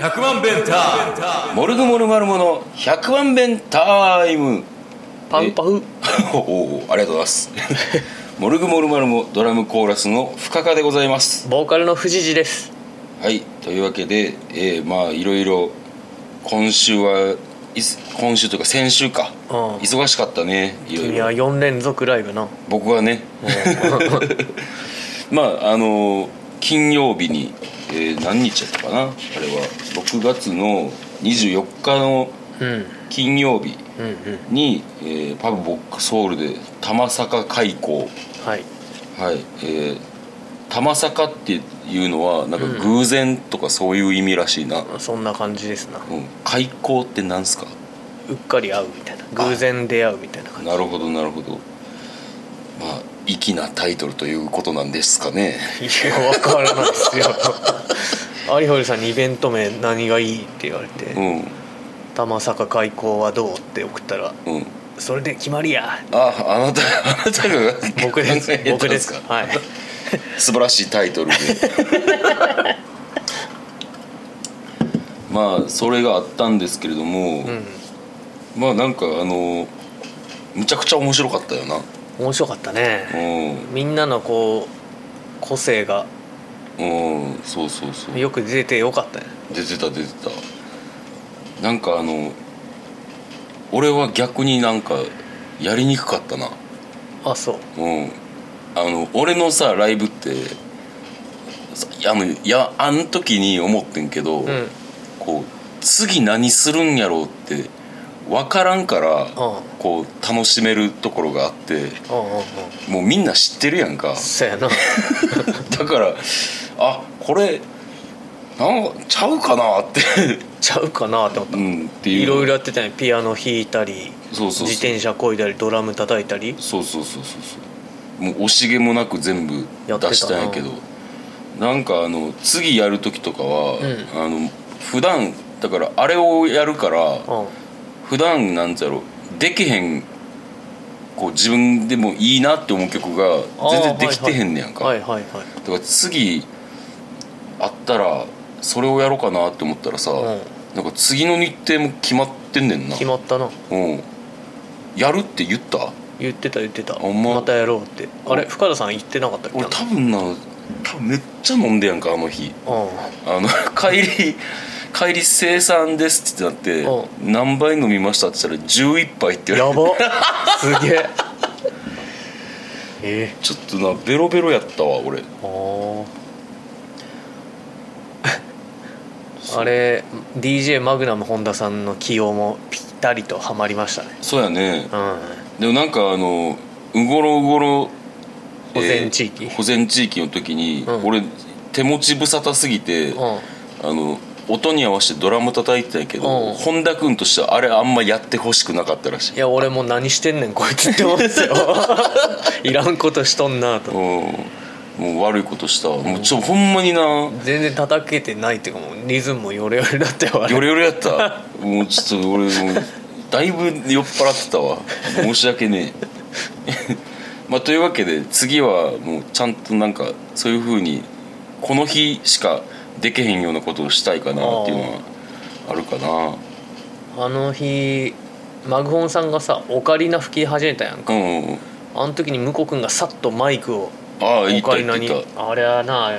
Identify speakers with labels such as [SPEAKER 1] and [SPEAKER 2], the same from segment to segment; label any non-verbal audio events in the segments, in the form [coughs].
[SPEAKER 1] 100万弁タイムモルグモルマルモの100万弁タイム [laughs]
[SPEAKER 2] パンパフ
[SPEAKER 1] おおありがとうございますモルグモルマルモドラムコーラスの深川でございます
[SPEAKER 2] ボーカルの藤次です
[SPEAKER 1] はいというわけで、えーまあいろいろ今週はいす今週というか先週か
[SPEAKER 2] うん
[SPEAKER 1] 忙しかったねいろい
[SPEAKER 2] 君
[SPEAKER 1] ろ
[SPEAKER 2] は4連続ライブな
[SPEAKER 1] 僕はね [laughs] まああのー金曜日に、えー何日やったかなあれは6月の24日の
[SPEAKER 2] うんうん
[SPEAKER 1] 金曜日
[SPEAKER 2] うん
[SPEAKER 1] に、えーパブボックスホールで玉坂開港
[SPEAKER 2] はい
[SPEAKER 1] はいえー玉坂っていうのはなんか偶然とかそういう意味らしいな、うん
[SPEAKER 2] そんな感じですな
[SPEAKER 1] 開港ってなんすか
[SPEAKER 2] うっかり会うみたいな偶然出会うみたいな感
[SPEAKER 1] なるほどなるほどまあ粋なタイトルということなんですかね
[SPEAKER 2] じいや分からないです [laughs] よ有堀さんにイベント名何がいいって言われて
[SPEAKER 1] うん
[SPEAKER 2] 「玉坂開港はどう?」って送ったら
[SPEAKER 1] うん
[SPEAKER 2] 「それで決まりや!
[SPEAKER 1] ああなたあなた [laughs] が」
[SPEAKER 2] 僕です
[SPEAKER 1] 考えたん
[SPEAKER 2] 僕で
[SPEAKER 1] か
[SPEAKER 2] すはい
[SPEAKER 1] 素晴らしいタイ [laughs] トルでまあそれがあったんですけれども、
[SPEAKER 2] うん
[SPEAKER 1] まあなんかあのむちゃくちゃ面白かったよな
[SPEAKER 2] 面白かったね
[SPEAKER 1] う
[SPEAKER 2] みんなのこう個性が
[SPEAKER 1] んうんそうそうそう
[SPEAKER 2] よく出てよかったね
[SPEAKER 1] 出てた出てたなんかあの俺は逆になんかやりにくかったな
[SPEAKER 2] あそう
[SPEAKER 1] うんあの俺のさライブってさあのいやあん時に思ってんけど、
[SPEAKER 2] うん
[SPEAKER 1] こう次何するんやろうって分からんから、こう楽しめるところがあって
[SPEAKER 2] うんうんうん
[SPEAKER 1] もうみんな知ってるやんか
[SPEAKER 2] そうやな
[SPEAKER 1] [laughs] だからあこれなんかちゃうかなって、 [laughs]
[SPEAKER 2] ちゃうかなって思った
[SPEAKER 1] うん、っていう
[SPEAKER 2] いろいろやってたねピアノ弾いたり
[SPEAKER 1] そうそうそう
[SPEAKER 2] 自転車こいだりドラム叩いたり
[SPEAKER 1] そうそうそうそうそうもう惜しげもなく全部
[SPEAKER 2] やってたな
[SPEAKER 1] 出したんやけどなんかあの次やる時とかは、あの普段だからあれをやるから
[SPEAKER 2] うん
[SPEAKER 1] 普段なんつうやろできへんこう自分でもいいなって思う曲が全然できてへんねやんか、
[SPEAKER 2] はいはいはい
[SPEAKER 1] だから次あったらそれをやろうかなって思ったらさ、
[SPEAKER 2] ん
[SPEAKER 1] なんか次の日程も決まってんねんな
[SPEAKER 2] 決まったな
[SPEAKER 1] うんやるって言った
[SPEAKER 2] 言ってた言ってた
[SPEAKER 1] ほんま
[SPEAKER 2] またやろうってあれ深田さん言ってなかったっけ
[SPEAKER 1] 俺多分な多分めっちゃ飲んでやんかあの日
[SPEAKER 2] うん [laughs]
[SPEAKER 1] あの帰り帰り生産ですってなって
[SPEAKER 2] う
[SPEAKER 1] 何杯飲みましたって言ったら11杯って言わ
[SPEAKER 2] や
[SPEAKER 1] れて [laughs]
[SPEAKER 2] ばすげえ
[SPEAKER 1] [laughs]
[SPEAKER 2] え
[SPEAKER 1] ちょっとなベロベロやったわ俺
[SPEAKER 2] ー、あーあれ DJ マグナム本田さんの起用もぴったりとはまりましたね
[SPEAKER 1] そうやね
[SPEAKER 2] うん
[SPEAKER 1] でもなんかあのうごろうごろ
[SPEAKER 2] 保全地域
[SPEAKER 1] えー保全地域の時に、
[SPEAKER 2] うん
[SPEAKER 1] 俺手持ち無沙汰すぎて、
[SPEAKER 2] うん
[SPEAKER 1] あの音に合わせてドラム叩いてたんやけど、
[SPEAKER 2] うん
[SPEAKER 1] 本田君としてはあれあんまやってほしくなかったらしい
[SPEAKER 2] いや俺もう何してんねんこいつって思うん
[SPEAKER 1] [laughs]
[SPEAKER 2] ですよいらんことしとんなと
[SPEAKER 1] うんもう悪いことしたわもうちょほんまになヨ
[SPEAKER 2] 全然叩けてないっていうかもうリズムもヨレヨレだったよあれ
[SPEAKER 1] レヨレやったもうちょっと俺もうだいぶ酔っ払ってたわ申し訳ねえ [laughs] まあというわけで次はもうちゃんとなんかそういうふうにこの日しかできへんようなことをしたいかなっていうのはあるかな
[SPEAKER 2] あの日マグホンさんがさオカリナ吹き始めたやんか
[SPEAKER 1] うん
[SPEAKER 2] あの時に向こう君がさっとマイクを
[SPEAKER 1] ああ言
[SPEAKER 2] オ
[SPEAKER 1] っ
[SPEAKER 2] カ
[SPEAKER 1] た
[SPEAKER 2] リ
[SPEAKER 1] 言
[SPEAKER 2] ナ
[SPEAKER 1] って
[SPEAKER 2] に
[SPEAKER 1] た
[SPEAKER 2] あれはな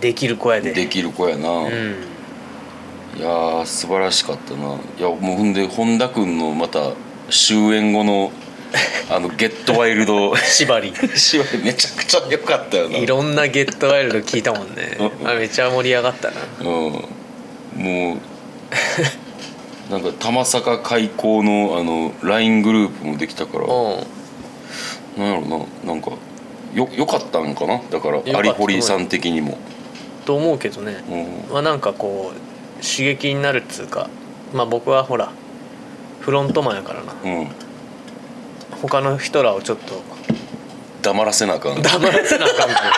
[SPEAKER 2] できる子やで
[SPEAKER 1] できる子やな、
[SPEAKER 2] う
[SPEAKER 1] い
[SPEAKER 2] ん
[SPEAKER 1] やー素晴らしかったないやもうほんで本田君のまた終演後のあの「ゲットワイル [laughs] ド」
[SPEAKER 2] 縛り
[SPEAKER 1] 芝居めちゃくちゃ良かったよない
[SPEAKER 2] ろんなゲットワイルド聞いたもんねあれめちゃ盛り上がったな
[SPEAKER 1] うん、 [laughs] もうなんか玉坂開港のあの LINE グループもできたから
[SPEAKER 2] うん
[SPEAKER 1] なんやろななんかよ良かったんかなだから
[SPEAKER 2] た
[SPEAKER 1] 有堀さん的にも、
[SPEAKER 2] と思うけどね、
[SPEAKER 1] うん、
[SPEAKER 2] まあ、なんかこう刺激になるっつうか、まあ、僕はほらフロントマンやからな
[SPEAKER 1] うん、
[SPEAKER 2] 他の人らをちょっと
[SPEAKER 1] 黙らせなあかん
[SPEAKER 2] 黙らせなあかんから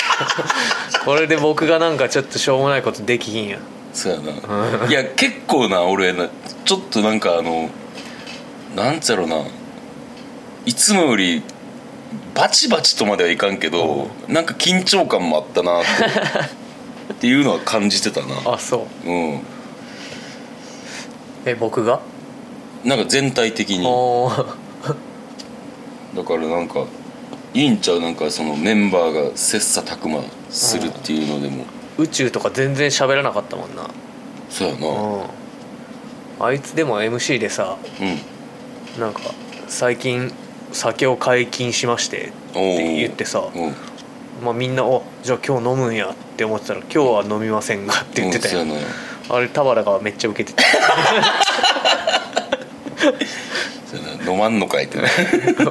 [SPEAKER 2] これで僕がなんかちょっとしょうもないことできひんや
[SPEAKER 1] そうやないや結構な俺なちょっとなんかあのなんつうやろないつもよりバチバチとまではいかんけどなんか緊張感もあったなってっていうのは感じてたな
[SPEAKER 2] あそう
[SPEAKER 1] うん
[SPEAKER 2] え僕が
[SPEAKER 1] なんか全体的に
[SPEAKER 2] おー
[SPEAKER 1] だからなんかいいんちゃうなんかそのメンバーが切磋琢磨するっていうのでも
[SPEAKER 2] 宇宙とか全然喋らなかったもんな
[SPEAKER 1] そうやな
[SPEAKER 2] うんあいつでも MC でさ
[SPEAKER 1] うん
[SPEAKER 2] なんか最近酒を解禁しましてって言ってさ、
[SPEAKER 1] うん
[SPEAKER 2] まあ、みんな「おじゃあ今日飲むんや」って思ってたら「今日は飲みませんが」って言ってたよ、
[SPEAKER 1] うんそうやな
[SPEAKER 2] あれ田原がめっちゃ受けて [laughs] た
[SPEAKER 1] そうやな飲まんのか
[SPEAKER 2] [laughs]
[SPEAKER 1] いってね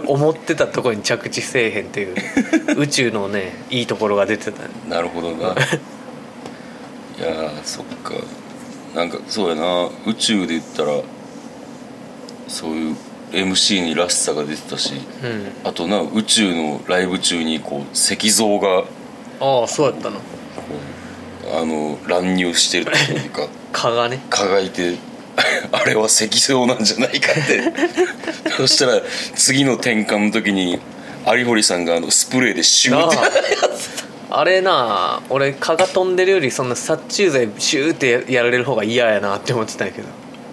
[SPEAKER 2] 思ってたとこに着地せえへんっていう宇宙のねいいところが出てたね
[SPEAKER 1] なるほどないやーそっかなんかそうやな宇宙で言ったらそういう MC にらしさが出てたし
[SPEAKER 2] うん
[SPEAKER 1] あとな宇宙のライブ中にこう石像が
[SPEAKER 2] ああそうやったの
[SPEAKER 1] あの乱入してるっていうか
[SPEAKER 2] 蚊がね
[SPEAKER 1] 輝いて [laughs] あれは石像なんじゃないかってそしたら次の転換の時に有堀さんがあのスプレーでシューって
[SPEAKER 2] なああれなあ俺蚊が飛んでるよりそんな殺虫剤シューってやられる方が嫌やなって思ってたんやけ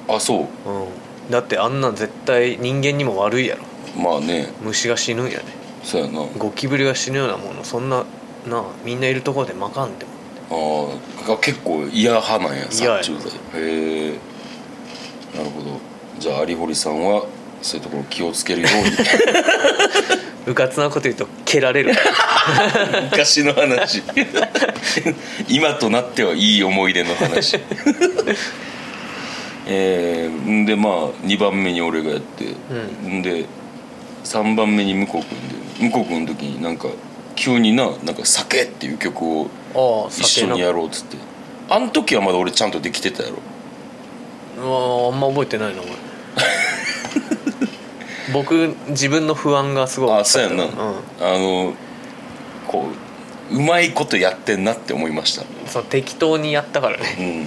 [SPEAKER 2] ど、
[SPEAKER 1] あそう
[SPEAKER 2] うん、だってあんなん絶対人間にも悪いやろ
[SPEAKER 1] まあね
[SPEAKER 2] 虫が死ぬんやで、
[SPEAKER 1] そうやなあ
[SPEAKER 2] ゴキブリが死ぬようなものそんななあみんないるところでまかんでも
[SPEAKER 1] ーが結構嫌派なんや殺
[SPEAKER 2] 嫌や
[SPEAKER 1] 虫剤へえなるほどじゃあ有堀さんはそういうところ気をつけるように
[SPEAKER 2] うかつなこと言うと蹴られ [laughs] る
[SPEAKER 1] 昔の話今となってはいい思い出の話 [laughs] えーんでまあ2番目に俺がやって、ん、で3番目に向こう君で向こう君の時になんか急にな「なんか酒」っていう曲を
[SPEAKER 2] ああ
[SPEAKER 1] 一緒
[SPEAKER 2] 酒の
[SPEAKER 1] にやろうっつってあん時はまだ俺ちゃんとできてたやろ
[SPEAKER 2] ああんま覚えてないなお前 [laughs] 僕自分の不安がすごい
[SPEAKER 1] あそうやんな、
[SPEAKER 2] うん
[SPEAKER 1] あのこううまいことやってんなって思いました
[SPEAKER 2] そう適当にやったからね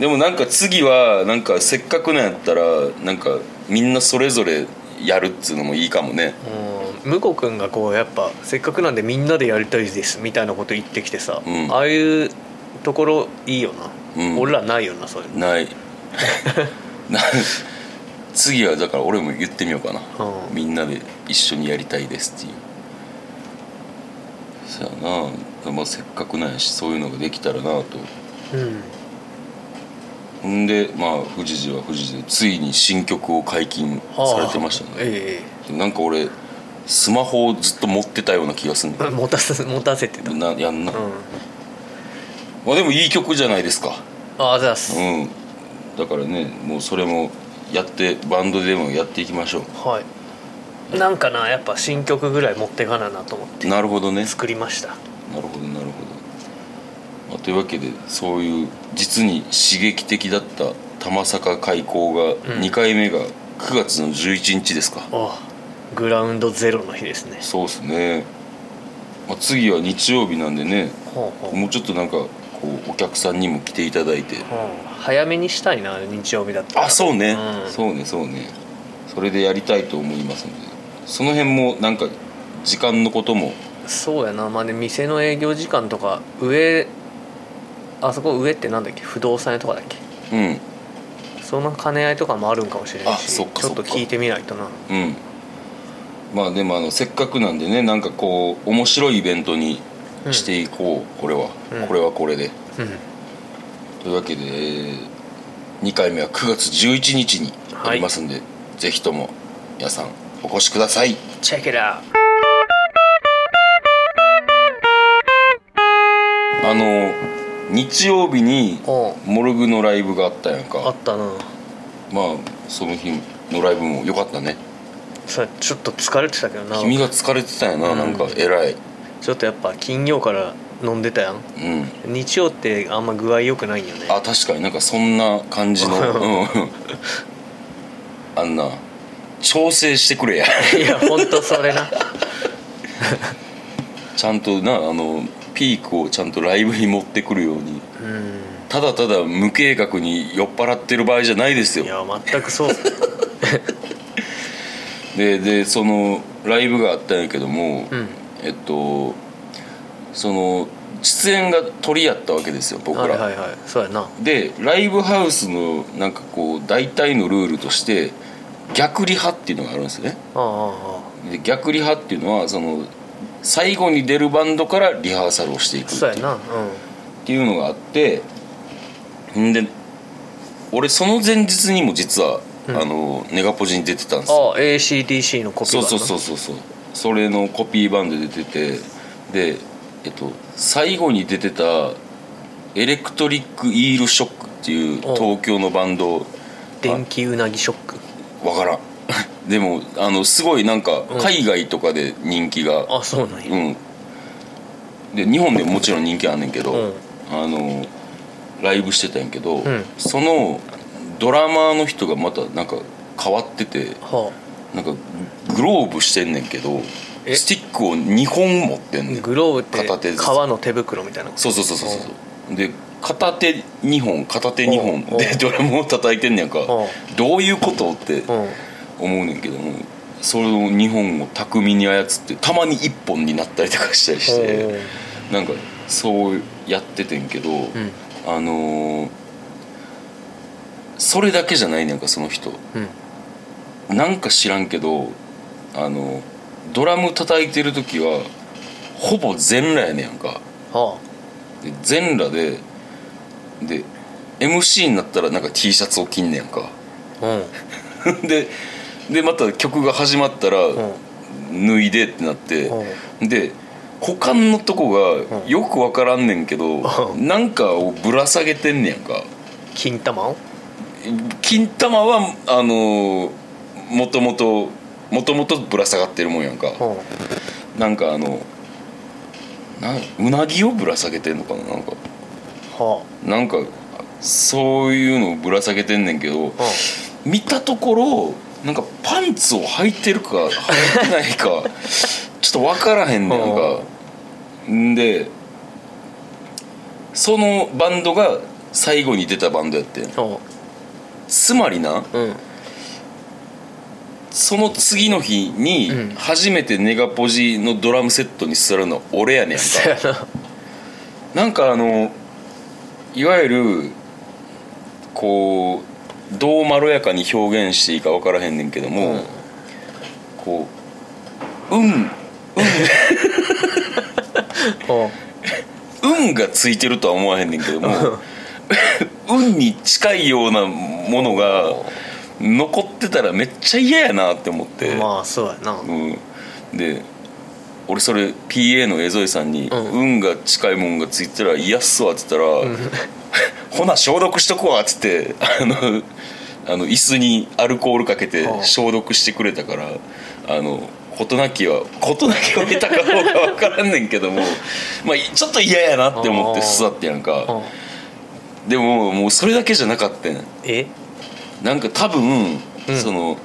[SPEAKER 1] でもなんか [laughs] 次はなんかせっかくなんやったらなんかみんなそれぞれやるっつうのもいいかもね
[SPEAKER 2] うん向こう君がこうやっぱせっかくなんでみんなでやりたいですみたいなこと言ってきてさ、
[SPEAKER 1] うん
[SPEAKER 2] ああいうところいいよな、
[SPEAKER 1] うん
[SPEAKER 2] 俺らないよなそういうの、
[SPEAKER 1] ない
[SPEAKER 2] [laughs]
[SPEAKER 1] な次はだから俺も言ってみようかな、
[SPEAKER 2] うん
[SPEAKER 1] みんなで一緒にやりたいですっていうそやな、まあ、せっかくなんやしそういうのができたらなと
[SPEAKER 2] うん、
[SPEAKER 1] んでまあ富士寺は富士寺でついに新曲を解禁されてましたね
[SPEAKER 2] え
[SPEAKER 1] なんか俺スマホをずっと持ってたような気がするん
[SPEAKER 2] え [laughs]
[SPEAKER 1] だよ
[SPEAKER 2] 持たせ持たせてた、うん、
[SPEAKER 1] なやんな、まあでもいい曲じゃないですか
[SPEAKER 2] ああざっす、
[SPEAKER 1] うんだからねもうそれもやってバンドでもやっていきましょ
[SPEAKER 2] はいなんかなやっぱ新曲ぐらい持ってかななと思って
[SPEAKER 1] うなるほどね
[SPEAKER 2] 作りました
[SPEAKER 1] なるほどなるほど、まあというわけでそういう実に刺激的だった玉坂開港が
[SPEAKER 2] ん
[SPEAKER 1] 2回目が9月の11日ですか、
[SPEAKER 2] ああグラウンドゼロの日ですね
[SPEAKER 1] そうですね、まあ、次は日曜日なんでね
[SPEAKER 2] ほうほう
[SPEAKER 1] もうちょっとなんかこうお客さんにも来ていただいて
[SPEAKER 2] うん早めにしたいな日曜日だったら
[SPEAKER 1] あそうね、
[SPEAKER 2] うん
[SPEAKER 1] そうねそうねそれでやりたいと思いますのでその辺もなんか時間のことも
[SPEAKER 2] そうやなまあね店の営業時間とか上あそこ上ってなんだっけ不動産屋とかだっけ
[SPEAKER 1] うん
[SPEAKER 2] その兼ね合いとかもあるんかもしれない
[SPEAKER 1] あ
[SPEAKER 2] し
[SPEAKER 1] そっか
[SPEAKER 2] ちょっ
[SPEAKER 1] そ
[SPEAKER 2] と
[SPEAKER 1] っか
[SPEAKER 2] 聞いてみないとな
[SPEAKER 1] うんまあでもあのせっかくなんでねなんかこう面白いイベントにしていこう、これは、
[SPEAKER 2] うん
[SPEAKER 1] これはこれで
[SPEAKER 2] うん
[SPEAKER 1] というわけで2回目は9月11日にありますんで、ぜひとも皆さんお越しください
[SPEAKER 2] チェックラ
[SPEAKER 1] あの日曜日に
[SPEAKER 2] おう
[SPEAKER 1] モルグのライブがあったやん
[SPEAKER 2] あ
[SPEAKER 1] か
[SPEAKER 2] ったな
[SPEAKER 1] まあその日のライブも良かったね
[SPEAKER 2] さちょっと疲れてたけどな
[SPEAKER 1] 君が疲れてたよな、
[SPEAKER 2] うん
[SPEAKER 1] なんか偉い
[SPEAKER 2] ちょっとやっぱ金曜から飲んでたやん
[SPEAKER 1] うん
[SPEAKER 2] 日曜ってあんま具合良くないんよね
[SPEAKER 1] あ確かになんかそんな感じの
[SPEAKER 2] [laughs]
[SPEAKER 1] うんあんな調整してくれや [laughs]
[SPEAKER 2] [laughs] いやほんとそれな
[SPEAKER 1] ちゃんとなあのピークをちゃんとライブに持ってくるように
[SPEAKER 2] うん
[SPEAKER 1] ただただ無計画に酔っ払ってる場合じゃないです
[SPEAKER 2] い
[SPEAKER 1] よ
[SPEAKER 2] や全くそうっす
[SPEAKER 1] ででそのライブがあったんやけども、
[SPEAKER 2] うん
[SPEAKER 1] えっとその出演が鳥やったわけですよ僕ら、
[SPEAKER 2] はいはいはいそうやな
[SPEAKER 1] でライブハウスのなんかこう大体のルールとして逆リハっていうのがあるんですね
[SPEAKER 2] あああ
[SPEAKER 1] で逆リハっていうのはその最後に出るバンドからリハーサルをしていく
[SPEAKER 2] あ
[SPEAKER 1] って
[SPEAKER 2] そう
[SPEAKER 1] い
[SPEAKER 2] や
[SPEAKER 1] う
[SPEAKER 2] なうん
[SPEAKER 1] っていうのがあってんで俺その前日にも実は、あのネガポジに出てたんですよ
[SPEAKER 2] ああ ACDC のコピー
[SPEAKER 1] そうそう
[SPEAKER 2] う
[SPEAKER 1] そうそうそうそれのコピーバンドで出ててでえっと最後に出てたエレクトリック・イール・ショックっていう
[SPEAKER 2] おう
[SPEAKER 1] 東京のバンド
[SPEAKER 2] 電気うなぎショック
[SPEAKER 1] わからん [laughs] でもあのすごいなんか
[SPEAKER 2] ん
[SPEAKER 1] 海外とかで人気が
[SPEAKER 2] あそうな
[SPEAKER 1] う
[SPEAKER 2] んや
[SPEAKER 1] ん、で日本でももちろん人気あんねんけど、
[SPEAKER 2] うん
[SPEAKER 1] あのライブしてたんやけど、
[SPEAKER 2] ん
[SPEAKER 1] そのドラマーの人がまたなんか変わってて
[SPEAKER 2] は
[SPEAKER 1] なんかグローブしてんねんけど
[SPEAKER 2] え
[SPEAKER 1] スティックを2本持ってんね
[SPEAKER 2] あ
[SPEAKER 1] ん
[SPEAKER 2] グローブって
[SPEAKER 1] 片手ずつ
[SPEAKER 2] 革の手袋みたいな
[SPEAKER 1] そうそうそうそうそうで片手2本片手2
[SPEAKER 2] お
[SPEAKER 1] 本
[SPEAKER 2] う
[SPEAKER 1] でドラムを叩いてんねやんか
[SPEAKER 2] お
[SPEAKER 1] どういうことって
[SPEAKER 2] うん
[SPEAKER 1] 思うねんけどもそれを2本を巧みに操ってたまに1本になったりとかしたりして。
[SPEAKER 2] おう
[SPEAKER 1] なんかそうやっててんけど、
[SPEAKER 2] うん
[SPEAKER 1] あのーそれだけじゃないなんかその人
[SPEAKER 2] うん
[SPEAKER 1] なんか知らんけどあのドラム叩いてる時はほぼ全裸やねやんか
[SPEAKER 2] は
[SPEAKER 1] で全裸でで MC になったらなんか T シャツを着んねやんか [laughs]
[SPEAKER 2] あうん
[SPEAKER 1] ででまた曲が始まったら
[SPEAKER 2] うん
[SPEAKER 1] 脱いでってなって、
[SPEAKER 2] うん
[SPEAKER 1] で股間のとこがよく分からんねんけど、
[SPEAKER 2] う
[SPEAKER 1] なんかをぶら下げてんねやんか
[SPEAKER 2] 金玉を
[SPEAKER 1] 金玉はあのーもともともともとぶら下がってるもんやんか、
[SPEAKER 2] うん
[SPEAKER 1] なんかあのなうなぎをぶら下げてんのかななんか
[SPEAKER 2] は
[SPEAKER 1] なんかそういうのをぶら下げてんねんけど、
[SPEAKER 2] あうん
[SPEAKER 1] 見たところなんかパンツを履いてるか履いてない
[SPEAKER 2] [laughs]
[SPEAKER 1] かちょっと分からへんねんかんでそのバンドが最後に出たバンドやってん
[SPEAKER 2] おう
[SPEAKER 1] つまりな
[SPEAKER 2] うん [laughs]
[SPEAKER 1] その次の日に
[SPEAKER 2] うん
[SPEAKER 1] 初めてネガポジのドラムセットに座るのは俺やねんか
[SPEAKER 2] そうやな
[SPEAKER 1] なんかあのいわゆるこうどうまろやかに表現していいか分からへんねんけども、
[SPEAKER 2] うん
[SPEAKER 1] こう運
[SPEAKER 2] おう
[SPEAKER 1] 運がついてるとは思わへんねんけども [laughs] 運に近いようなものが残ってたらめっちゃ嫌やなって思って、
[SPEAKER 2] まあそうやな
[SPEAKER 1] うん、で俺それ PA の江添さんに「
[SPEAKER 2] うん
[SPEAKER 1] 運が近いもんがついてたら嫌っすわ」って言ったら「 [laughs] ほな消毒しとくわ」っつってあのあの椅子にアルコールかけて
[SPEAKER 2] はあ
[SPEAKER 1] 消毒してくれたからあの事なきは事なきを得たかどうか分からんねんけ
[SPEAKER 2] [laughs]
[SPEAKER 1] どもまあちょっと嫌やなって思って座ってやん
[SPEAKER 2] うん
[SPEAKER 1] かでももうそれだけじゃなかったん
[SPEAKER 2] え
[SPEAKER 1] なんか多分、
[SPEAKER 2] うん
[SPEAKER 1] その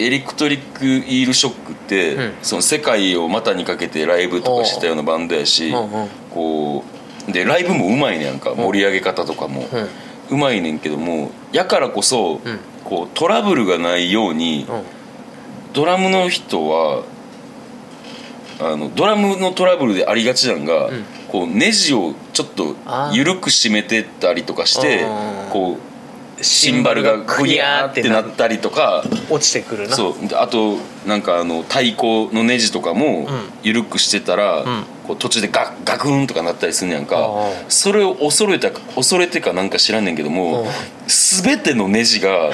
[SPEAKER 1] エレクトリック・イール・ショックって、
[SPEAKER 2] うん
[SPEAKER 1] その世界を股にかけてライブとかしてたようなバンドやし、
[SPEAKER 2] うんうん
[SPEAKER 1] こうでライブもうまいねやんか盛り上げ方とかも
[SPEAKER 2] うん
[SPEAKER 1] うま、いねんけどもやからこそ、
[SPEAKER 2] うん
[SPEAKER 1] こうトラブルがないように、
[SPEAKER 2] うん
[SPEAKER 1] ドラムの人はあのドラムのトラブルでありがちなんが、
[SPEAKER 2] うん
[SPEAKER 1] こうネジをちょっと
[SPEAKER 2] あー
[SPEAKER 1] 緩く締めてたりとかして
[SPEAKER 2] うん
[SPEAKER 1] こう。シンバルがグニャーってなったりとか
[SPEAKER 2] 落ちてくるな
[SPEAKER 1] そうであとなんかあの太鼓のネジとかも緩くしてたら、
[SPEAKER 2] ん
[SPEAKER 1] こう途中でガッガクンとかなったりすんねやんか
[SPEAKER 2] ああ
[SPEAKER 1] それを恐れたか恐れてかなんか知らんねんけども
[SPEAKER 2] うん
[SPEAKER 1] 全てのネジ
[SPEAKER 2] [laughs]
[SPEAKER 1] が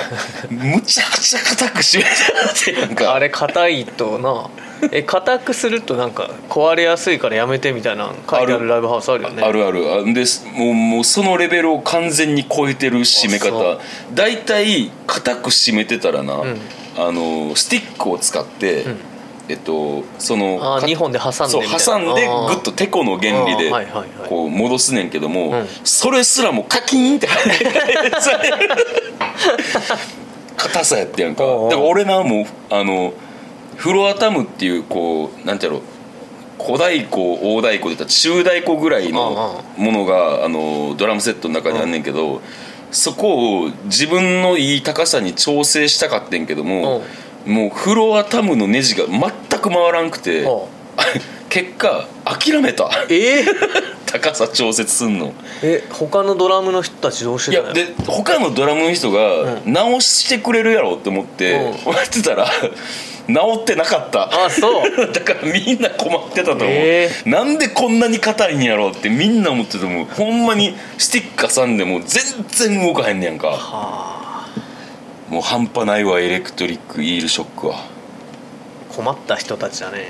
[SPEAKER 1] むちゃくちゃ硬く締めてあってやんか
[SPEAKER 2] あれ硬いとなえ硬くするとなんか壊れやすいからやめてみたいな書いてあ
[SPEAKER 1] ある
[SPEAKER 2] るライブハウスあるよね
[SPEAKER 1] あるあるあですもうもうそのレベルを完全に超えてる締め
[SPEAKER 2] あそう
[SPEAKER 1] 方だいたい硬く締めてたらな、
[SPEAKER 2] ん
[SPEAKER 1] あのスティックを使って、
[SPEAKER 2] ん
[SPEAKER 1] えっとその
[SPEAKER 2] あー
[SPEAKER 1] か
[SPEAKER 2] 二本で挟んでみた
[SPEAKER 1] そう
[SPEAKER 2] いな
[SPEAKER 1] 挟んで
[SPEAKER 2] あー
[SPEAKER 1] グッとてこの原理で
[SPEAKER 2] あーはいはいはい
[SPEAKER 1] こう戻すねんけども、
[SPEAKER 2] うん
[SPEAKER 1] それすらもカキーンって入って [laughs] 硬さやってやんか
[SPEAKER 2] おうおう
[SPEAKER 1] だから俺なもうあのフロアタムっていうこうなんてやろう小太鼓大太鼓で言ったら中太鼓ぐらいのものがあのドラムセットの中にあんねんけどそこを自分のいい高さに調整したかってんけども
[SPEAKER 2] うん
[SPEAKER 1] もうフロアタムのネジが全く回らんくて
[SPEAKER 2] ほ
[SPEAKER 1] [laughs] 結果諦めた [laughs]
[SPEAKER 2] うえ [laughs] ー、
[SPEAKER 1] 高さ調節すんの
[SPEAKER 2] え他のドラムの人たちどうし
[SPEAKER 1] い
[SPEAKER 2] てた
[SPEAKER 1] や
[SPEAKER 2] の
[SPEAKER 1] で他のドラムの人が
[SPEAKER 2] う
[SPEAKER 1] 直してくれるやろって思って
[SPEAKER 2] うん
[SPEAKER 1] やってたら [laughs] 直ってなかった [laughs]
[SPEAKER 2] あそう
[SPEAKER 1] だからみんな困ってたと思う、
[SPEAKER 2] え
[SPEAKER 1] なんでこんなに硬いんやろうってみんな思っててもうほんまにスティック挟んでもう全然動かへんねやんか
[SPEAKER 2] はあ
[SPEAKER 1] もう半端ないわエレクトリックイールショックは
[SPEAKER 2] 困った人たちだね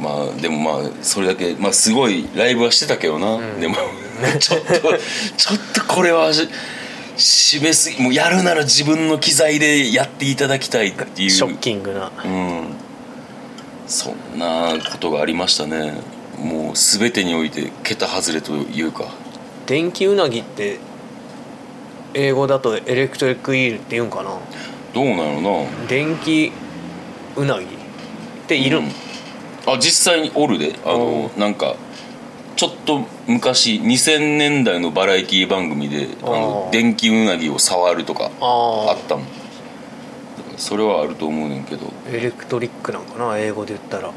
[SPEAKER 1] まあでもまあそれだけ、まあ、すごいライブはしてたけどな、
[SPEAKER 2] ん
[SPEAKER 1] でも [laughs] ちょっとちょっとこれはし締めすぎもうやるなら自分の機材でやっていただきたいっていう
[SPEAKER 2] ショッキングな
[SPEAKER 1] うんそんなことがありましたねもう全てにおいて桁外れというか
[SPEAKER 2] 電気うなぎって英語だとエレクトリックイールって言うんかな
[SPEAKER 1] どうなのな
[SPEAKER 2] 電気うなぎっているん、
[SPEAKER 1] うんあ実際におるであのなんかちょっと昔2000年代のバラエティ番組であの
[SPEAKER 2] あー
[SPEAKER 1] 電気うなぎを触るとかあ
[SPEAKER 2] ああ
[SPEAKER 1] ったもんそれはあると思うねんけど
[SPEAKER 2] エレクトリックなんかな英語で言ったらう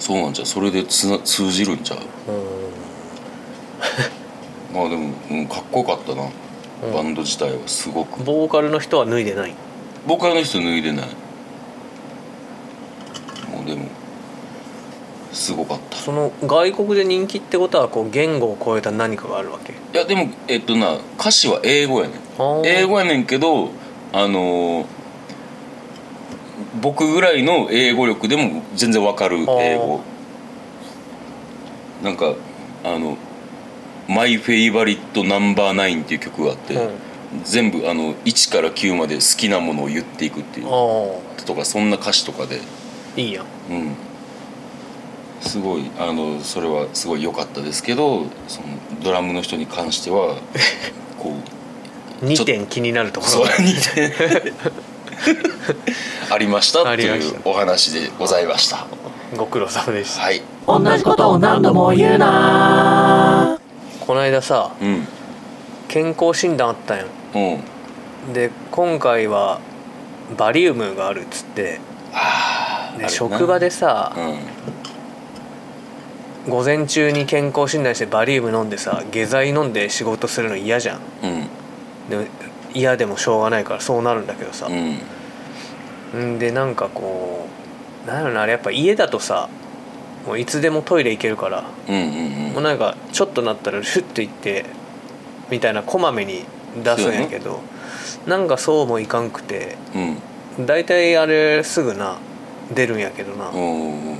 [SPEAKER 1] そうなんじゃうそれでつな通じるんちゃうまあでも、うん、かっこよかったな
[SPEAKER 2] うん
[SPEAKER 1] バンド自体はすごく
[SPEAKER 2] んボーカルの人は脱いでない
[SPEAKER 1] ボーカルの人脱いでないもうでもすごかった
[SPEAKER 2] その外国で人気ってことはこう言語を超えた何かがあるわけ
[SPEAKER 1] いやでもえっとな歌詞は英語やねん英語やねんけどあのー僕ぐらいの英語力でも全然わかる英語なんかあの「My Favorite No.9」っていう曲があって、
[SPEAKER 2] うんあ
[SPEAKER 1] 全部あの1から9まで好きなものを言っていくっていう
[SPEAKER 2] あ
[SPEAKER 1] とかそんな歌詞とかで
[SPEAKER 2] いいやん
[SPEAKER 1] うんすごいあのそれはすごい良かったですけどそのドラムの人に関して
[SPEAKER 2] [laughs]
[SPEAKER 1] はこう
[SPEAKER 2] 2点気になるとこ
[SPEAKER 1] そ
[SPEAKER 2] ろ
[SPEAKER 1] う
[SPEAKER 2] [laughs]
[SPEAKER 1] 似てありました
[SPEAKER 2] あ
[SPEAKER 1] と
[SPEAKER 2] りま
[SPEAKER 1] い
[SPEAKER 2] した
[SPEAKER 1] うお話でございました
[SPEAKER 2] ご苦労様でした
[SPEAKER 1] はい
[SPEAKER 3] 同じことを何度も言うな
[SPEAKER 2] この間さ
[SPEAKER 1] うん
[SPEAKER 2] 健康診断あったやん
[SPEAKER 1] うん
[SPEAKER 2] で今回はバリウムがあるっつって
[SPEAKER 1] あーある
[SPEAKER 2] で
[SPEAKER 1] な
[SPEAKER 2] 職場でさ
[SPEAKER 1] うん
[SPEAKER 2] 午前中に健康診断してバリウム飲んでさ下剤飲んで仕事するの嫌じゃん
[SPEAKER 1] うん
[SPEAKER 2] で嫌でもしょうがないからそうなるんだけどさ
[SPEAKER 1] う、ん
[SPEAKER 2] ん、でなんかこうなんやろなあれやっぱ家だとさもういつでもトイレ行けるから
[SPEAKER 1] うんうん
[SPEAKER 2] もうなんかちょっとなったらシュッと行ってみたいなこまめに出すんやけどなんかそうもいかんくて
[SPEAKER 1] うん
[SPEAKER 2] 大体あれすぐな出るんやけどな、
[SPEAKER 1] うんうん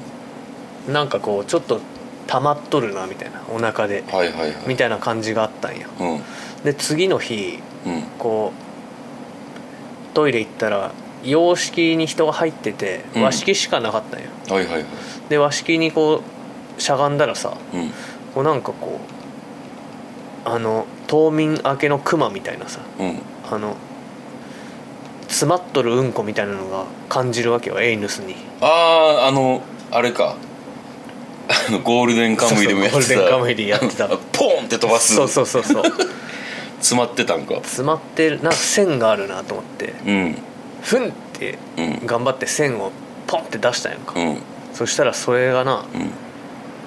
[SPEAKER 2] なんかこうちょっと溜まっとるなみたいなお腹で
[SPEAKER 1] はいはいはい
[SPEAKER 2] みたいな感じがあったんや
[SPEAKER 1] うん
[SPEAKER 2] で次の日
[SPEAKER 1] うん
[SPEAKER 2] こうトイレ行ったら洋式に人が入ってて
[SPEAKER 1] うん
[SPEAKER 2] 和式しかなかったんや、
[SPEAKER 1] はいはいはい
[SPEAKER 2] で和式にこうしゃがんだらさ
[SPEAKER 1] うん
[SPEAKER 2] こうなんかこうあの冬眠明けのクマみたいなさ
[SPEAKER 1] うん
[SPEAKER 2] あの詰まっとるうんこみたいなのが感じるわけよエイヌスに
[SPEAKER 1] あああのあれかあのゴールデンカムイでもやってた
[SPEAKER 2] そうそうゴールデンカムイでやってた
[SPEAKER 1] ポンって飛ばす
[SPEAKER 2] そうそうそうそう
[SPEAKER 1] [laughs] 詰まってたんか
[SPEAKER 2] 詰まってるなんか線があるなと思って
[SPEAKER 1] うん [laughs]
[SPEAKER 2] ふんって
[SPEAKER 1] うん
[SPEAKER 2] 頑張って線をポンって出したんやんか、
[SPEAKER 1] うん
[SPEAKER 2] そしたらそれがな
[SPEAKER 1] うん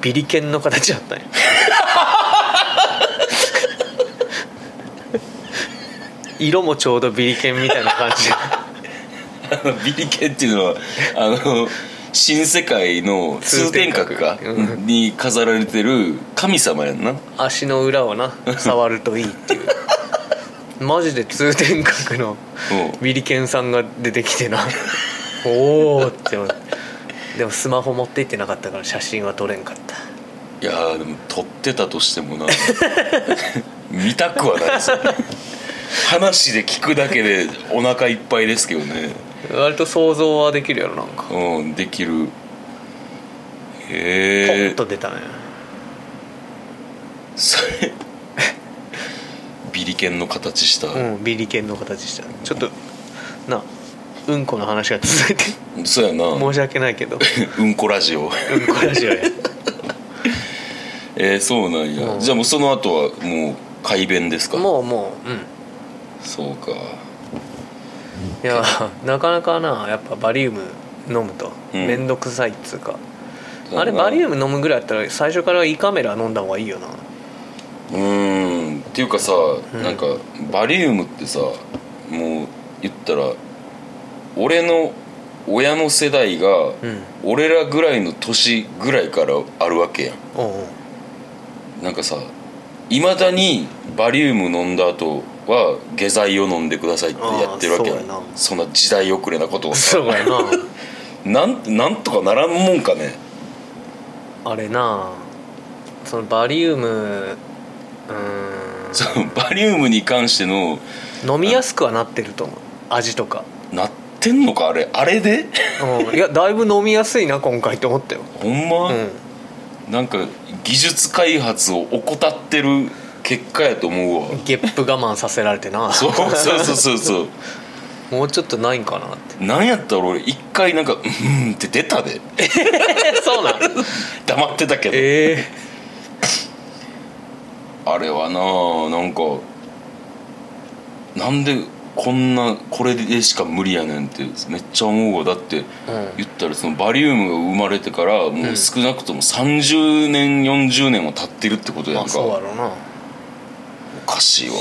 [SPEAKER 2] ビリケンの形だったんや色もちょうどビリケンみたいな感じ
[SPEAKER 1] あのビリケンっていうのはあの新世界の通天閣か
[SPEAKER 2] 通天閣う
[SPEAKER 1] に飾られてる神様やんな
[SPEAKER 2] 足の裏をな触るといいっていうマジで通天閣のビリケンさんが出てきてなおおって思ってでもスマホ持って行ってなかったから写真は撮れんかった
[SPEAKER 1] いやーでも撮ってたとして
[SPEAKER 2] [laughs]
[SPEAKER 1] もな見たくはないですよ話で聞くだけでお腹いっぱいですけどね
[SPEAKER 2] 割と想像はできるやろなんか
[SPEAKER 1] うんできる
[SPEAKER 2] ポ
[SPEAKER 1] へ
[SPEAKER 2] ン
[SPEAKER 1] え
[SPEAKER 2] と出たね
[SPEAKER 1] それビリケンの形した、
[SPEAKER 2] うんビリケンの形したちょっとなうんこの話が続いて
[SPEAKER 1] そうやな
[SPEAKER 2] 申し訳ないけどう
[SPEAKER 1] うんこラジオ [laughs]
[SPEAKER 2] んこラジオ [laughs] や
[SPEAKER 1] えー、そうなんや、
[SPEAKER 2] うん
[SPEAKER 1] じゃあもうその後はもう改便ですか
[SPEAKER 2] もうもううん
[SPEAKER 1] そうか
[SPEAKER 2] いやなかなかなやっぱバリウム飲むと
[SPEAKER 1] うん
[SPEAKER 2] 面倒くさいっつうか、
[SPEAKER 1] そう
[SPEAKER 2] あれ
[SPEAKER 1] だな
[SPEAKER 2] バリウム飲むぐらいだったら最初から胃カメラ飲んだ方がいいよな
[SPEAKER 1] うーんっていうかさ、
[SPEAKER 2] ん
[SPEAKER 1] なんかバリウムってさもう言ったら俺の親の世代が、
[SPEAKER 2] うん
[SPEAKER 1] 俺らぐらいの年ぐらいからあるわけやん
[SPEAKER 2] おうおう
[SPEAKER 1] なんかさいまだにバリウム飲んだ後は下剤を飲んでくださいってやってるわけやん
[SPEAKER 2] あーそうやな
[SPEAKER 1] そんな時代遅れなことをさ
[SPEAKER 2] そうや
[SPEAKER 1] な
[SPEAKER 2] な
[SPEAKER 1] んなんとかならんもんかね
[SPEAKER 2] [laughs] あれなそのバリウムうー
[SPEAKER 1] そのバリウムに関しての
[SPEAKER 2] ん飲みやすくはなってると思う味とか、
[SPEAKER 1] なってんのかあれあれで
[SPEAKER 2] うん、いやだいぶ飲みやすいな今回って思ったよ、
[SPEAKER 1] ほんま、
[SPEAKER 2] うん、
[SPEAKER 1] なんか技術開発を怠ってる結果やと思うわ
[SPEAKER 2] ゲップ我慢させられてな
[SPEAKER 1] そうそうそうそうそう
[SPEAKER 2] もうちょっとないんかなって
[SPEAKER 1] なんやったら俺一回なんか「うん」って出たで
[SPEAKER 2] [laughs] そうなの
[SPEAKER 1] 黙ってたけど
[SPEAKER 2] ええ
[SPEAKER 1] あれはなあなんかなんでこんなこれでしか無理やねんってめっちゃ思うわだって、
[SPEAKER 2] うん
[SPEAKER 1] 言ったらそのバリウムが生まれてからもう少なくとも30年40年は経ってるってことやん
[SPEAKER 2] まあ
[SPEAKER 1] か、
[SPEAKER 2] そう
[SPEAKER 1] お
[SPEAKER 2] だろうな
[SPEAKER 1] かしいわ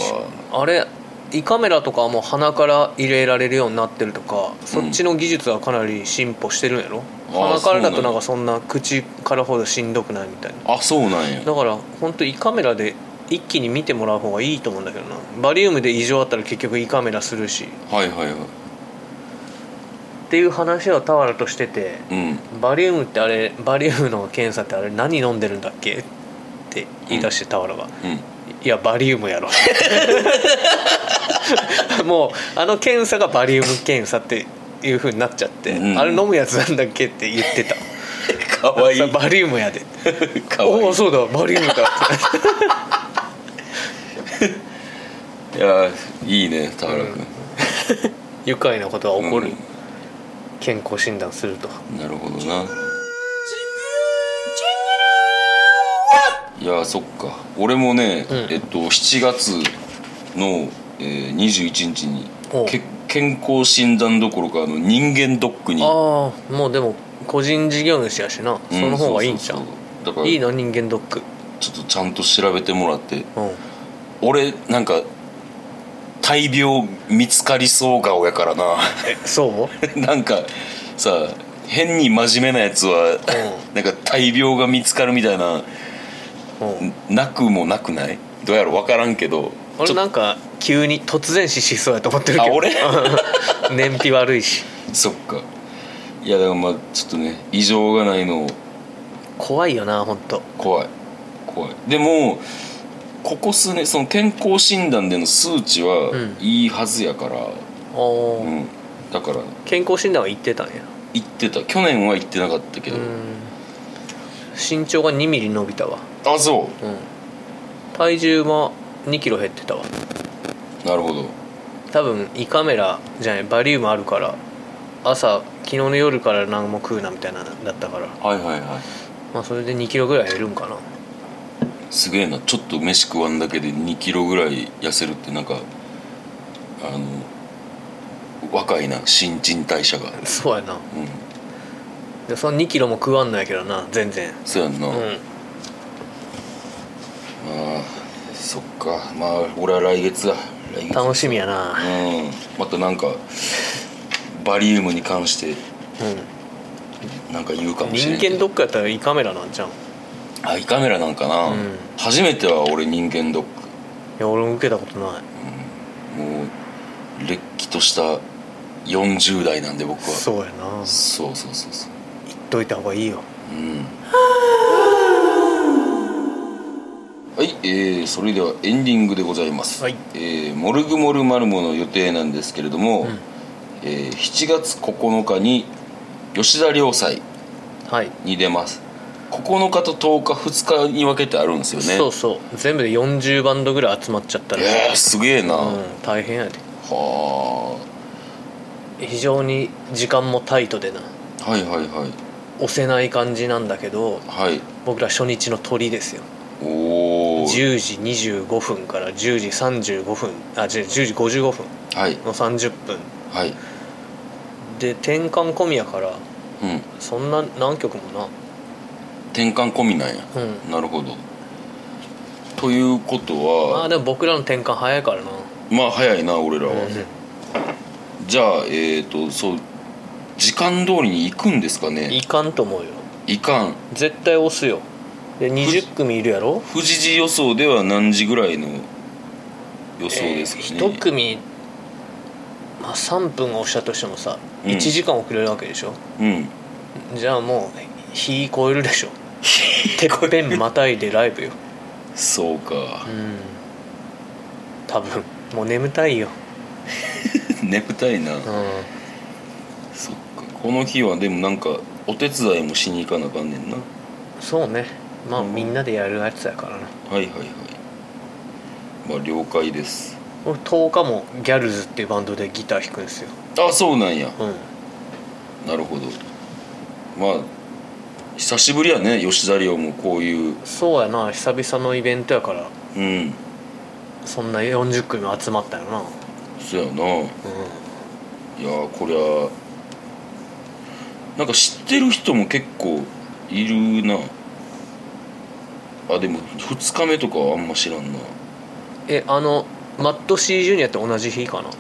[SPEAKER 2] あれ胃カメラとかはもう鼻から入れられるようになってるとかそっちの技術はかなり進歩してるんやろ、
[SPEAKER 1] ああ
[SPEAKER 2] 鼻からだと
[SPEAKER 1] そうな
[SPEAKER 2] なん
[SPEAKER 1] や
[SPEAKER 2] んかそんな口からほどしんどくないみたいな
[SPEAKER 1] あそうなんや
[SPEAKER 2] だから本当胃カメラで一気に見てもらう方がいいと思うんだけどなバリウムで異常あったら結局胃カメラするしっ
[SPEAKER 1] はいはいはい
[SPEAKER 2] ていう話を俵としてて
[SPEAKER 1] うん
[SPEAKER 2] バリウムってあれバリウムの検査ってあれ何飲んでるんだっけって言い出して俵が、
[SPEAKER 1] うん
[SPEAKER 2] いやバリウムやろ [laughs] もうあの検査がバリウム検査っていうふうになっちゃって、
[SPEAKER 1] うん
[SPEAKER 2] あれ飲むやつなんだっけって言ってた
[SPEAKER 1] かわいい
[SPEAKER 2] それバリウムやで
[SPEAKER 1] [laughs] かわい
[SPEAKER 2] お
[SPEAKER 1] い
[SPEAKER 2] おそうだバリウムだ
[SPEAKER 1] [laughs]
[SPEAKER 2] って
[SPEAKER 1] いやいいね田原君、
[SPEAKER 2] 愉快なことは起こる、
[SPEAKER 1] うん
[SPEAKER 2] 健康診断すると
[SPEAKER 1] なるほどないやそっか俺もね、
[SPEAKER 2] うん
[SPEAKER 1] えっと7月の、えー、21日に
[SPEAKER 2] おう
[SPEAKER 1] け健康診断どころかあの人間ドックに
[SPEAKER 2] ああもうでも個人事業主やしな
[SPEAKER 1] う
[SPEAKER 2] その方がいいんじゃん、
[SPEAKER 1] そうそうそうだから
[SPEAKER 2] いいの人間ドック
[SPEAKER 1] ちょっとちゃんと調べてもらって [laughs]
[SPEAKER 2] うん
[SPEAKER 1] 俺なんか大病見つかりそう顔やからな [laughs]
[SPEAKER 2] えそう
[SPEAKER 1] なんかさ変に真面目なやつは、なんか大病が見つかるみたいな
[SPEAKER 2] うん
[SPEAKER 1] なくもなくないどうやろ分からんけどち
[SPEAKER 2] 俺
[SPEAKER 1] ょ
[SPEAKER 2] なんか急に突然死しそうやと思ってるけど
[SPEAKER 1] あ俺
[SPEAKER 2] [laughs] 燃費悪いし
[SPEAKER 1] そっかいやだからまあちょっとね異常がないの
[SPEAKER 2] 怖いよな本当
[SPEAKER 1] 怖い怖いでもここ数年その健康診断での数値は
[SPEAKER 2] うん
[SPEAKER 1] いいはずやから、
[SPEAKER 2] お
[SPEAKER 1] う
[SPEAKER 2] ー
[SPEAKER 1] んだから
[SPEAKER 2] 健康診断は行ってたんや
[SPEAKER 1] 行ってた去年は行ってなかったけど、
[SPEAKER 2] うん身長が2ミリ伸びたわ
[SPEAKER 1] あそ
[SPEAKER 2] うん体重も2キロ減ってたわ
[SPEAKER 1] うなるほど
[SPEAKER 2] 多分胃カメラじゃないバリウムあるから朝昨日の夜から何も食うなみたいなのだったから
[SPEAKER 1] はいはいはい
[SPEAKER 2] まあそれで2キロぐらい減るんかな
[SPEAKER 1] すげえなちょっと飯食わんだけで2キロぐらい痩せるってなんかあの若いな新陳代謝が
[SPEAKER 2] そうやな
[SPEAKER 1] うん
[SPEAKER 2] でその2キロも食わんのやけどな全然
[SPEAKER 1] そうやんな、
[SPEAKER 2] う
[SPEAKER 1] ま
[SPEAKER 2] ん
[SPEAKER 1] あそっかまあ俺は来月だ来月
[SPEAKER 2] 楽しみやな
[SPEAKER 1] うんまたなんかバリウムに関して
[SPEAKER 2] う
[SPEAKER 1] なんか言うか
[SPEAKER 2] ん
[SPEAKER 1] もしれ
[SPEAKER 2] 人
[SPEAKER 1] んけ
[SPEAKER 2] 間
[SPEAKER 1] ど
[SPEAKER 2] どっかやったら胃カメラなんじゃんい
[SPEAKER 1] あ胃カメラなんかな、
[SPEAKER 2] うん
[SPEAKER 1] 初めては俺人間ドッ
[SPEAKER 2] や俺も受けたことない
[SPEAKER 1] クもうれっきとした40代なんで僕は
[SPEAKER 2] そうやな行
[SPEAKER 1] そうそうそうそう
[SPEAKER 2] っといた方がいいよ
[SPEAKER 1] うんはい、えーそれではエンディングでございます、
[SPEAKER 2] はい
[SPEAKER 1] えーモルグモルマルモ」の予定なんですけれども、
[SPEAKER 2] ん
[SPEAKER 1] えー7月9日に吉田良斎
[SPEAKER 2] はい、
[SPEAKER 1] に出ます9日と10日2日に分けてあるんですよね
[SPEAKER 2] そうそう全部で40バンドぐらい集まっちゃったら、
[SPEAKER 1] えー、すげえな、
[SPEAKER 2] うん、大変やで
[SPEAKER 1] は
[SPEAKER 2] 非常に時間もタイトでな
[SPEAKER 1] あはいはいはい
[SPEAKER 2] 押せない感じなんだけど
[SPEAKER 1] はい
[SPEAKER 2] 僕ら初日の鳥ですよ
[SPEAKER 1] おお
[SPEAKER 2] 10時25分から10時35分あ違う10時55分
[SPEAKER 1] はい
[SPEAKER 2] の30分
[SPEAKER 1] はい
[SPEAKER 2] で転換込みやから
[SPEAKER 1] うん
[SPEAKER 2] そんな何曲も
[SPEAKER 1] 転換込みなんや
[SPEAKER 2] なうん
[SPEAKER 1] なるほどということ
[SPEAKER 2] まあ
[SPEAKER 1] は
[SPEAKER 2] でも僕らの転換早いからな
[SPEAKER 1] まあ早いな俺らは、
[SPEAKER 2] うん
[SPEAKER 1] じゃあえっ、とそう時間通りに行くんですかね
[SPEAKER 2] いかんと思うよ
[SPEAKER 1] いかん
[SPEAKER 2] 絶対押すよで20組いるやろ
[SPEAKER 1] 富士寺予想では何時ぐらいの予想ですかね、
[SPEAKER 2] 1組、まあ、3分押したとしてもさ
[SPEAKER 1] うん
[SPEAKER 2] 1時間遅れるわけでしょ、
[SPEAKER 1] うん
[SPEAKER 2] じゃあもう日超える
[SPEAKER 1] [laughs]
[SPEAKER 2] でしょてっぺんまたいでライブよ
[SPEAKER 1] そうか
[SPEAKER 2] うん多分もう眠たいよ
[SPEAKER 1] [laughs] 眠たいな、
[SPEAKER 2] う
[SPEAKER 1] そっかこの日はでもなんかお手伝いもしに行かなあかんねんなん
[SPEAKER 2] そうねまあ
[SPEAKER 1] うん
[SPEAKER 2] みんなでやるやつやからな
[SPEAKER 1] はいはいはいまあ了解です
[SPEAKER 2] 俺10日もギャルズっていうバンドでギター弾くんですよ
[SPEAKER 1] あそうなんや
[SPEAKER 2] うん
[SPEAKER 1] なるほどまあ久しぶりやね吉田寮もこういう
[SPEAKER 2] そうやな久々のイベントやから
[SPEAKER 1] うん
[SPEAKER 2] そんな40組も集まったよなうん
[SPEAKER 1] そうやないやーこりゃなんか知ってる人も結構いるなあでも2日目とかはあんま知らんな
[SPEAKER 2] えあのマット C ジュニアって同じ日かな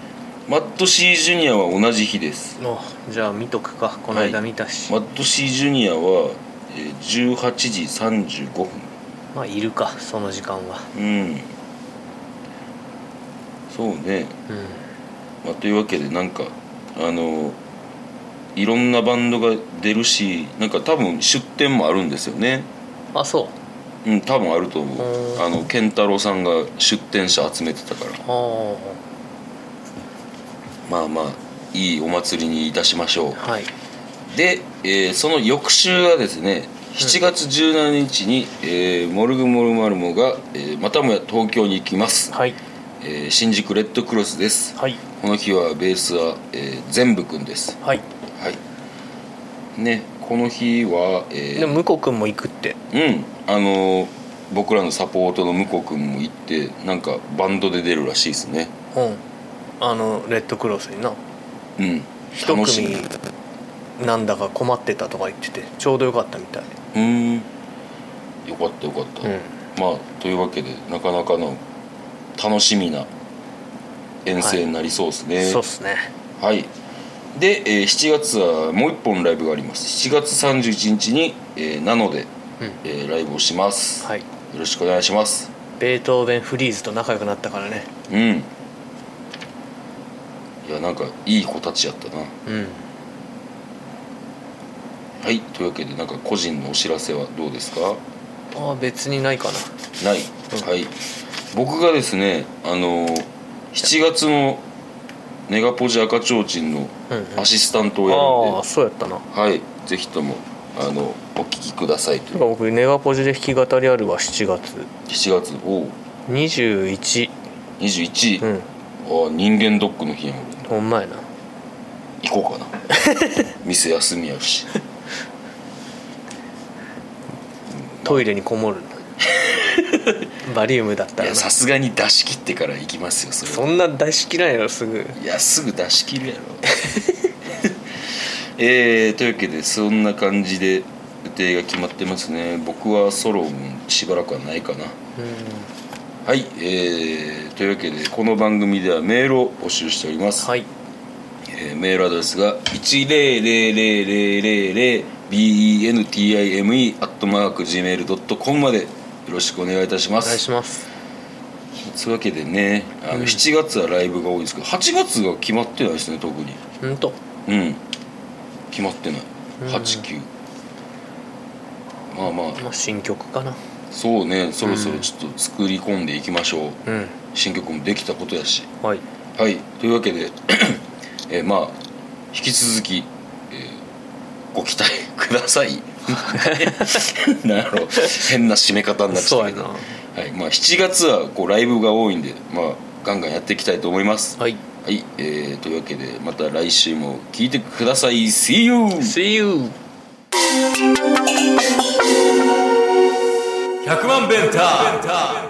[SPEAKER 1] マット C ジュニアは同じ日です
[SPEAKER 2] あじゃあ見とくかこの間見たし、
[SPEAKER 1] マット C ジュニアはえー18時35分
[SPEAKER 2] まあいるかその時間は
[SPEAKER 1] うんそうね、
[SPEAKER 2] うん
[SPEAKER 1] まあ、というわけでなんかあのいろんなバンドが出るしなんか多分出店もあるんですよね
[SPEAKER 2] あそう
[SPEAKER 1] うん多分あると思
[SPEAKER 2] う
[SPEAKER 1] うんあの健太郎さんが出店者集めてたから
[SPEAKER 2] あ
[SPEAKER 1] まあまあいいお祭りにいたしましょう
[SPEAKER 2] あはい
[SPEAKER 1] で、えーその翌週がですね7月17日に、えーモルグモルマルモが、えーまたもや東京に行きます、
[SPEAKER 2] はい
[SPEAKER 1] えー新宿レッドクロスです
[SPEAKER 2] はい
[SPEAKER 1] この日はベースは、えー、全部くんです
[SPEAKER 2] はい
[SPEAKER 1] はいねこの日は、えー
[SPEAKER 2] でも向こう君も行くって
[SPEAKER 1] うんあのー僕らのサポートの向こう君も行ってなんかバンドで出るらしいですね
[SPEAKER 2] うんあのレッドクロスにな
[SPEAKER 1] うん
[SPEAKER 2] 一
[SPEAKER 1] 楽しみ
[SPEAKER 2] 組なんだか困ってたとか言っててちょうどよかったみたい、
[SPEAKER 1] うんよかったよかった、
[SPEAKER 2] うん
[SPEAKER 1] まあというわけでなかなかの楽しみな遠征になりそうですね
[SPEAKER 2] そうっすね
[SPEAKER 1] はい、で、えー7月はもう一本ライブがあります7月31日に、えーなので、
[SPEAKER 2] うん
[SPEAKER 1] えーライブをします、
[SPEAKER 2] はい
[SPEAKER 1] よろしくお願いします
[SPEAKER 2] ベートーベンフリーズと仲良くなったからね
[SPEAKER 1] うんいやなんかいい子たちやったな
[SPEAKER 2] うん
[SPEAKER 1] はいというわけでなんか個人のお知らせはどうですか
[SPEAKER 2] ああ別にないかな
[SPEAKER 1] ない、
[SPEAKER 2] うん
[SPEAKER 1] はい僕がですねあのー7月のネガポジ赤ちょうちんの
[SPEAKER 2] うんうん
[SPEAKER 1] アシスタントをやるんで
[SPEAKER 2] ああ、そうやったな
[SPEAKER 1] はいぜひともあのお聞きくださいと
[SPEAKER 2] なんか僕ネガポジで弾き語りあるわ7月
[SPEAKER 1] 7月おう
[SPEAKER 2] 21
[SPEAKER 1] 21、
[SPEAKER 2] うん
[SPEAKER 1] あ人間ドックの日やん
[SPEAKER 2] ほんまやな
[SPEAKER 1] 俺行
[SPEAKER 2] [laughs]
[SPEAKER 1] こうかな店休みやし
[SPEAKER 2] トイレにこ [laughs] もるバリウムだった
[SPEAKER 1] い
[SPEAKER 2] ら
[SPEAKER 1] や
[SPEAKER 2] な
[SPEAKER 1] さすがに出し切ってから行きますよそれは
[SPEAKER 2] そんな大好きなんやろすぐ
[SPEAKER 1] いやすぐ出し切るやろ [laughs] えー、というわけでそんな感じで予定が決まってますね僕はソロもしばらくはないかな
[SPEAKER 2] うん
[SPEAKER 1] はいえー、というわけでこの番組ではメールを募集しております、
[SPEAKER 2] はい
[SPEAKER 1] えーメールアドレスが 10000bentime.gmail.com までよろしくお願いいたしま
[SPEAKER 2] お願いし
[SPEAKER 1] す
[SPEAKER 2] ます
[SPEAKER 1] そういうわけでねあの、
[SPEAKER 2] うん
[SPEAKER 1] 7月はライブが多いんですけど8月が決まってないですね特に
[SPEAKER 2] ほんと
[SPEAKER 1] うん決まってない
[SPEAKER 2] うん
[SPEAKER 1] 89、まあまあ
[SPEAKER 2] まあ新曲かな
[SPEAKER 1] そうねそろそろちょっと作り込んでいきましょう、
[SPEAKER 2] うん
[SPEAKER 1] 新曲もできたことやし
[SPEAKER 2] はい
[SPEAKER 1] はいというわけで、 [coughs] えーまあ引き続き、えーご期待くださ
[SPEAKER 2] [laughs]
[SPEAKER 1] いなんやろ変な締め方になっちゃ
[SPEAKER 2] そう
[SPEAKER 1] った
[SPEAKER 2] や
[SPEAKER 1] けど
[SPEAKER 2] な
[SPEAKER 1] はいまあ、7月はこうライブが多いんで、まあ、ガンガンやっていきたいと思います
[SPEAKER 2] はい
[SPEAKER 1] はい、えーというわけでまた来週も聞いてください See you!
[SPEAKER 2] See you
[SPEAKER 4] 100万ベンター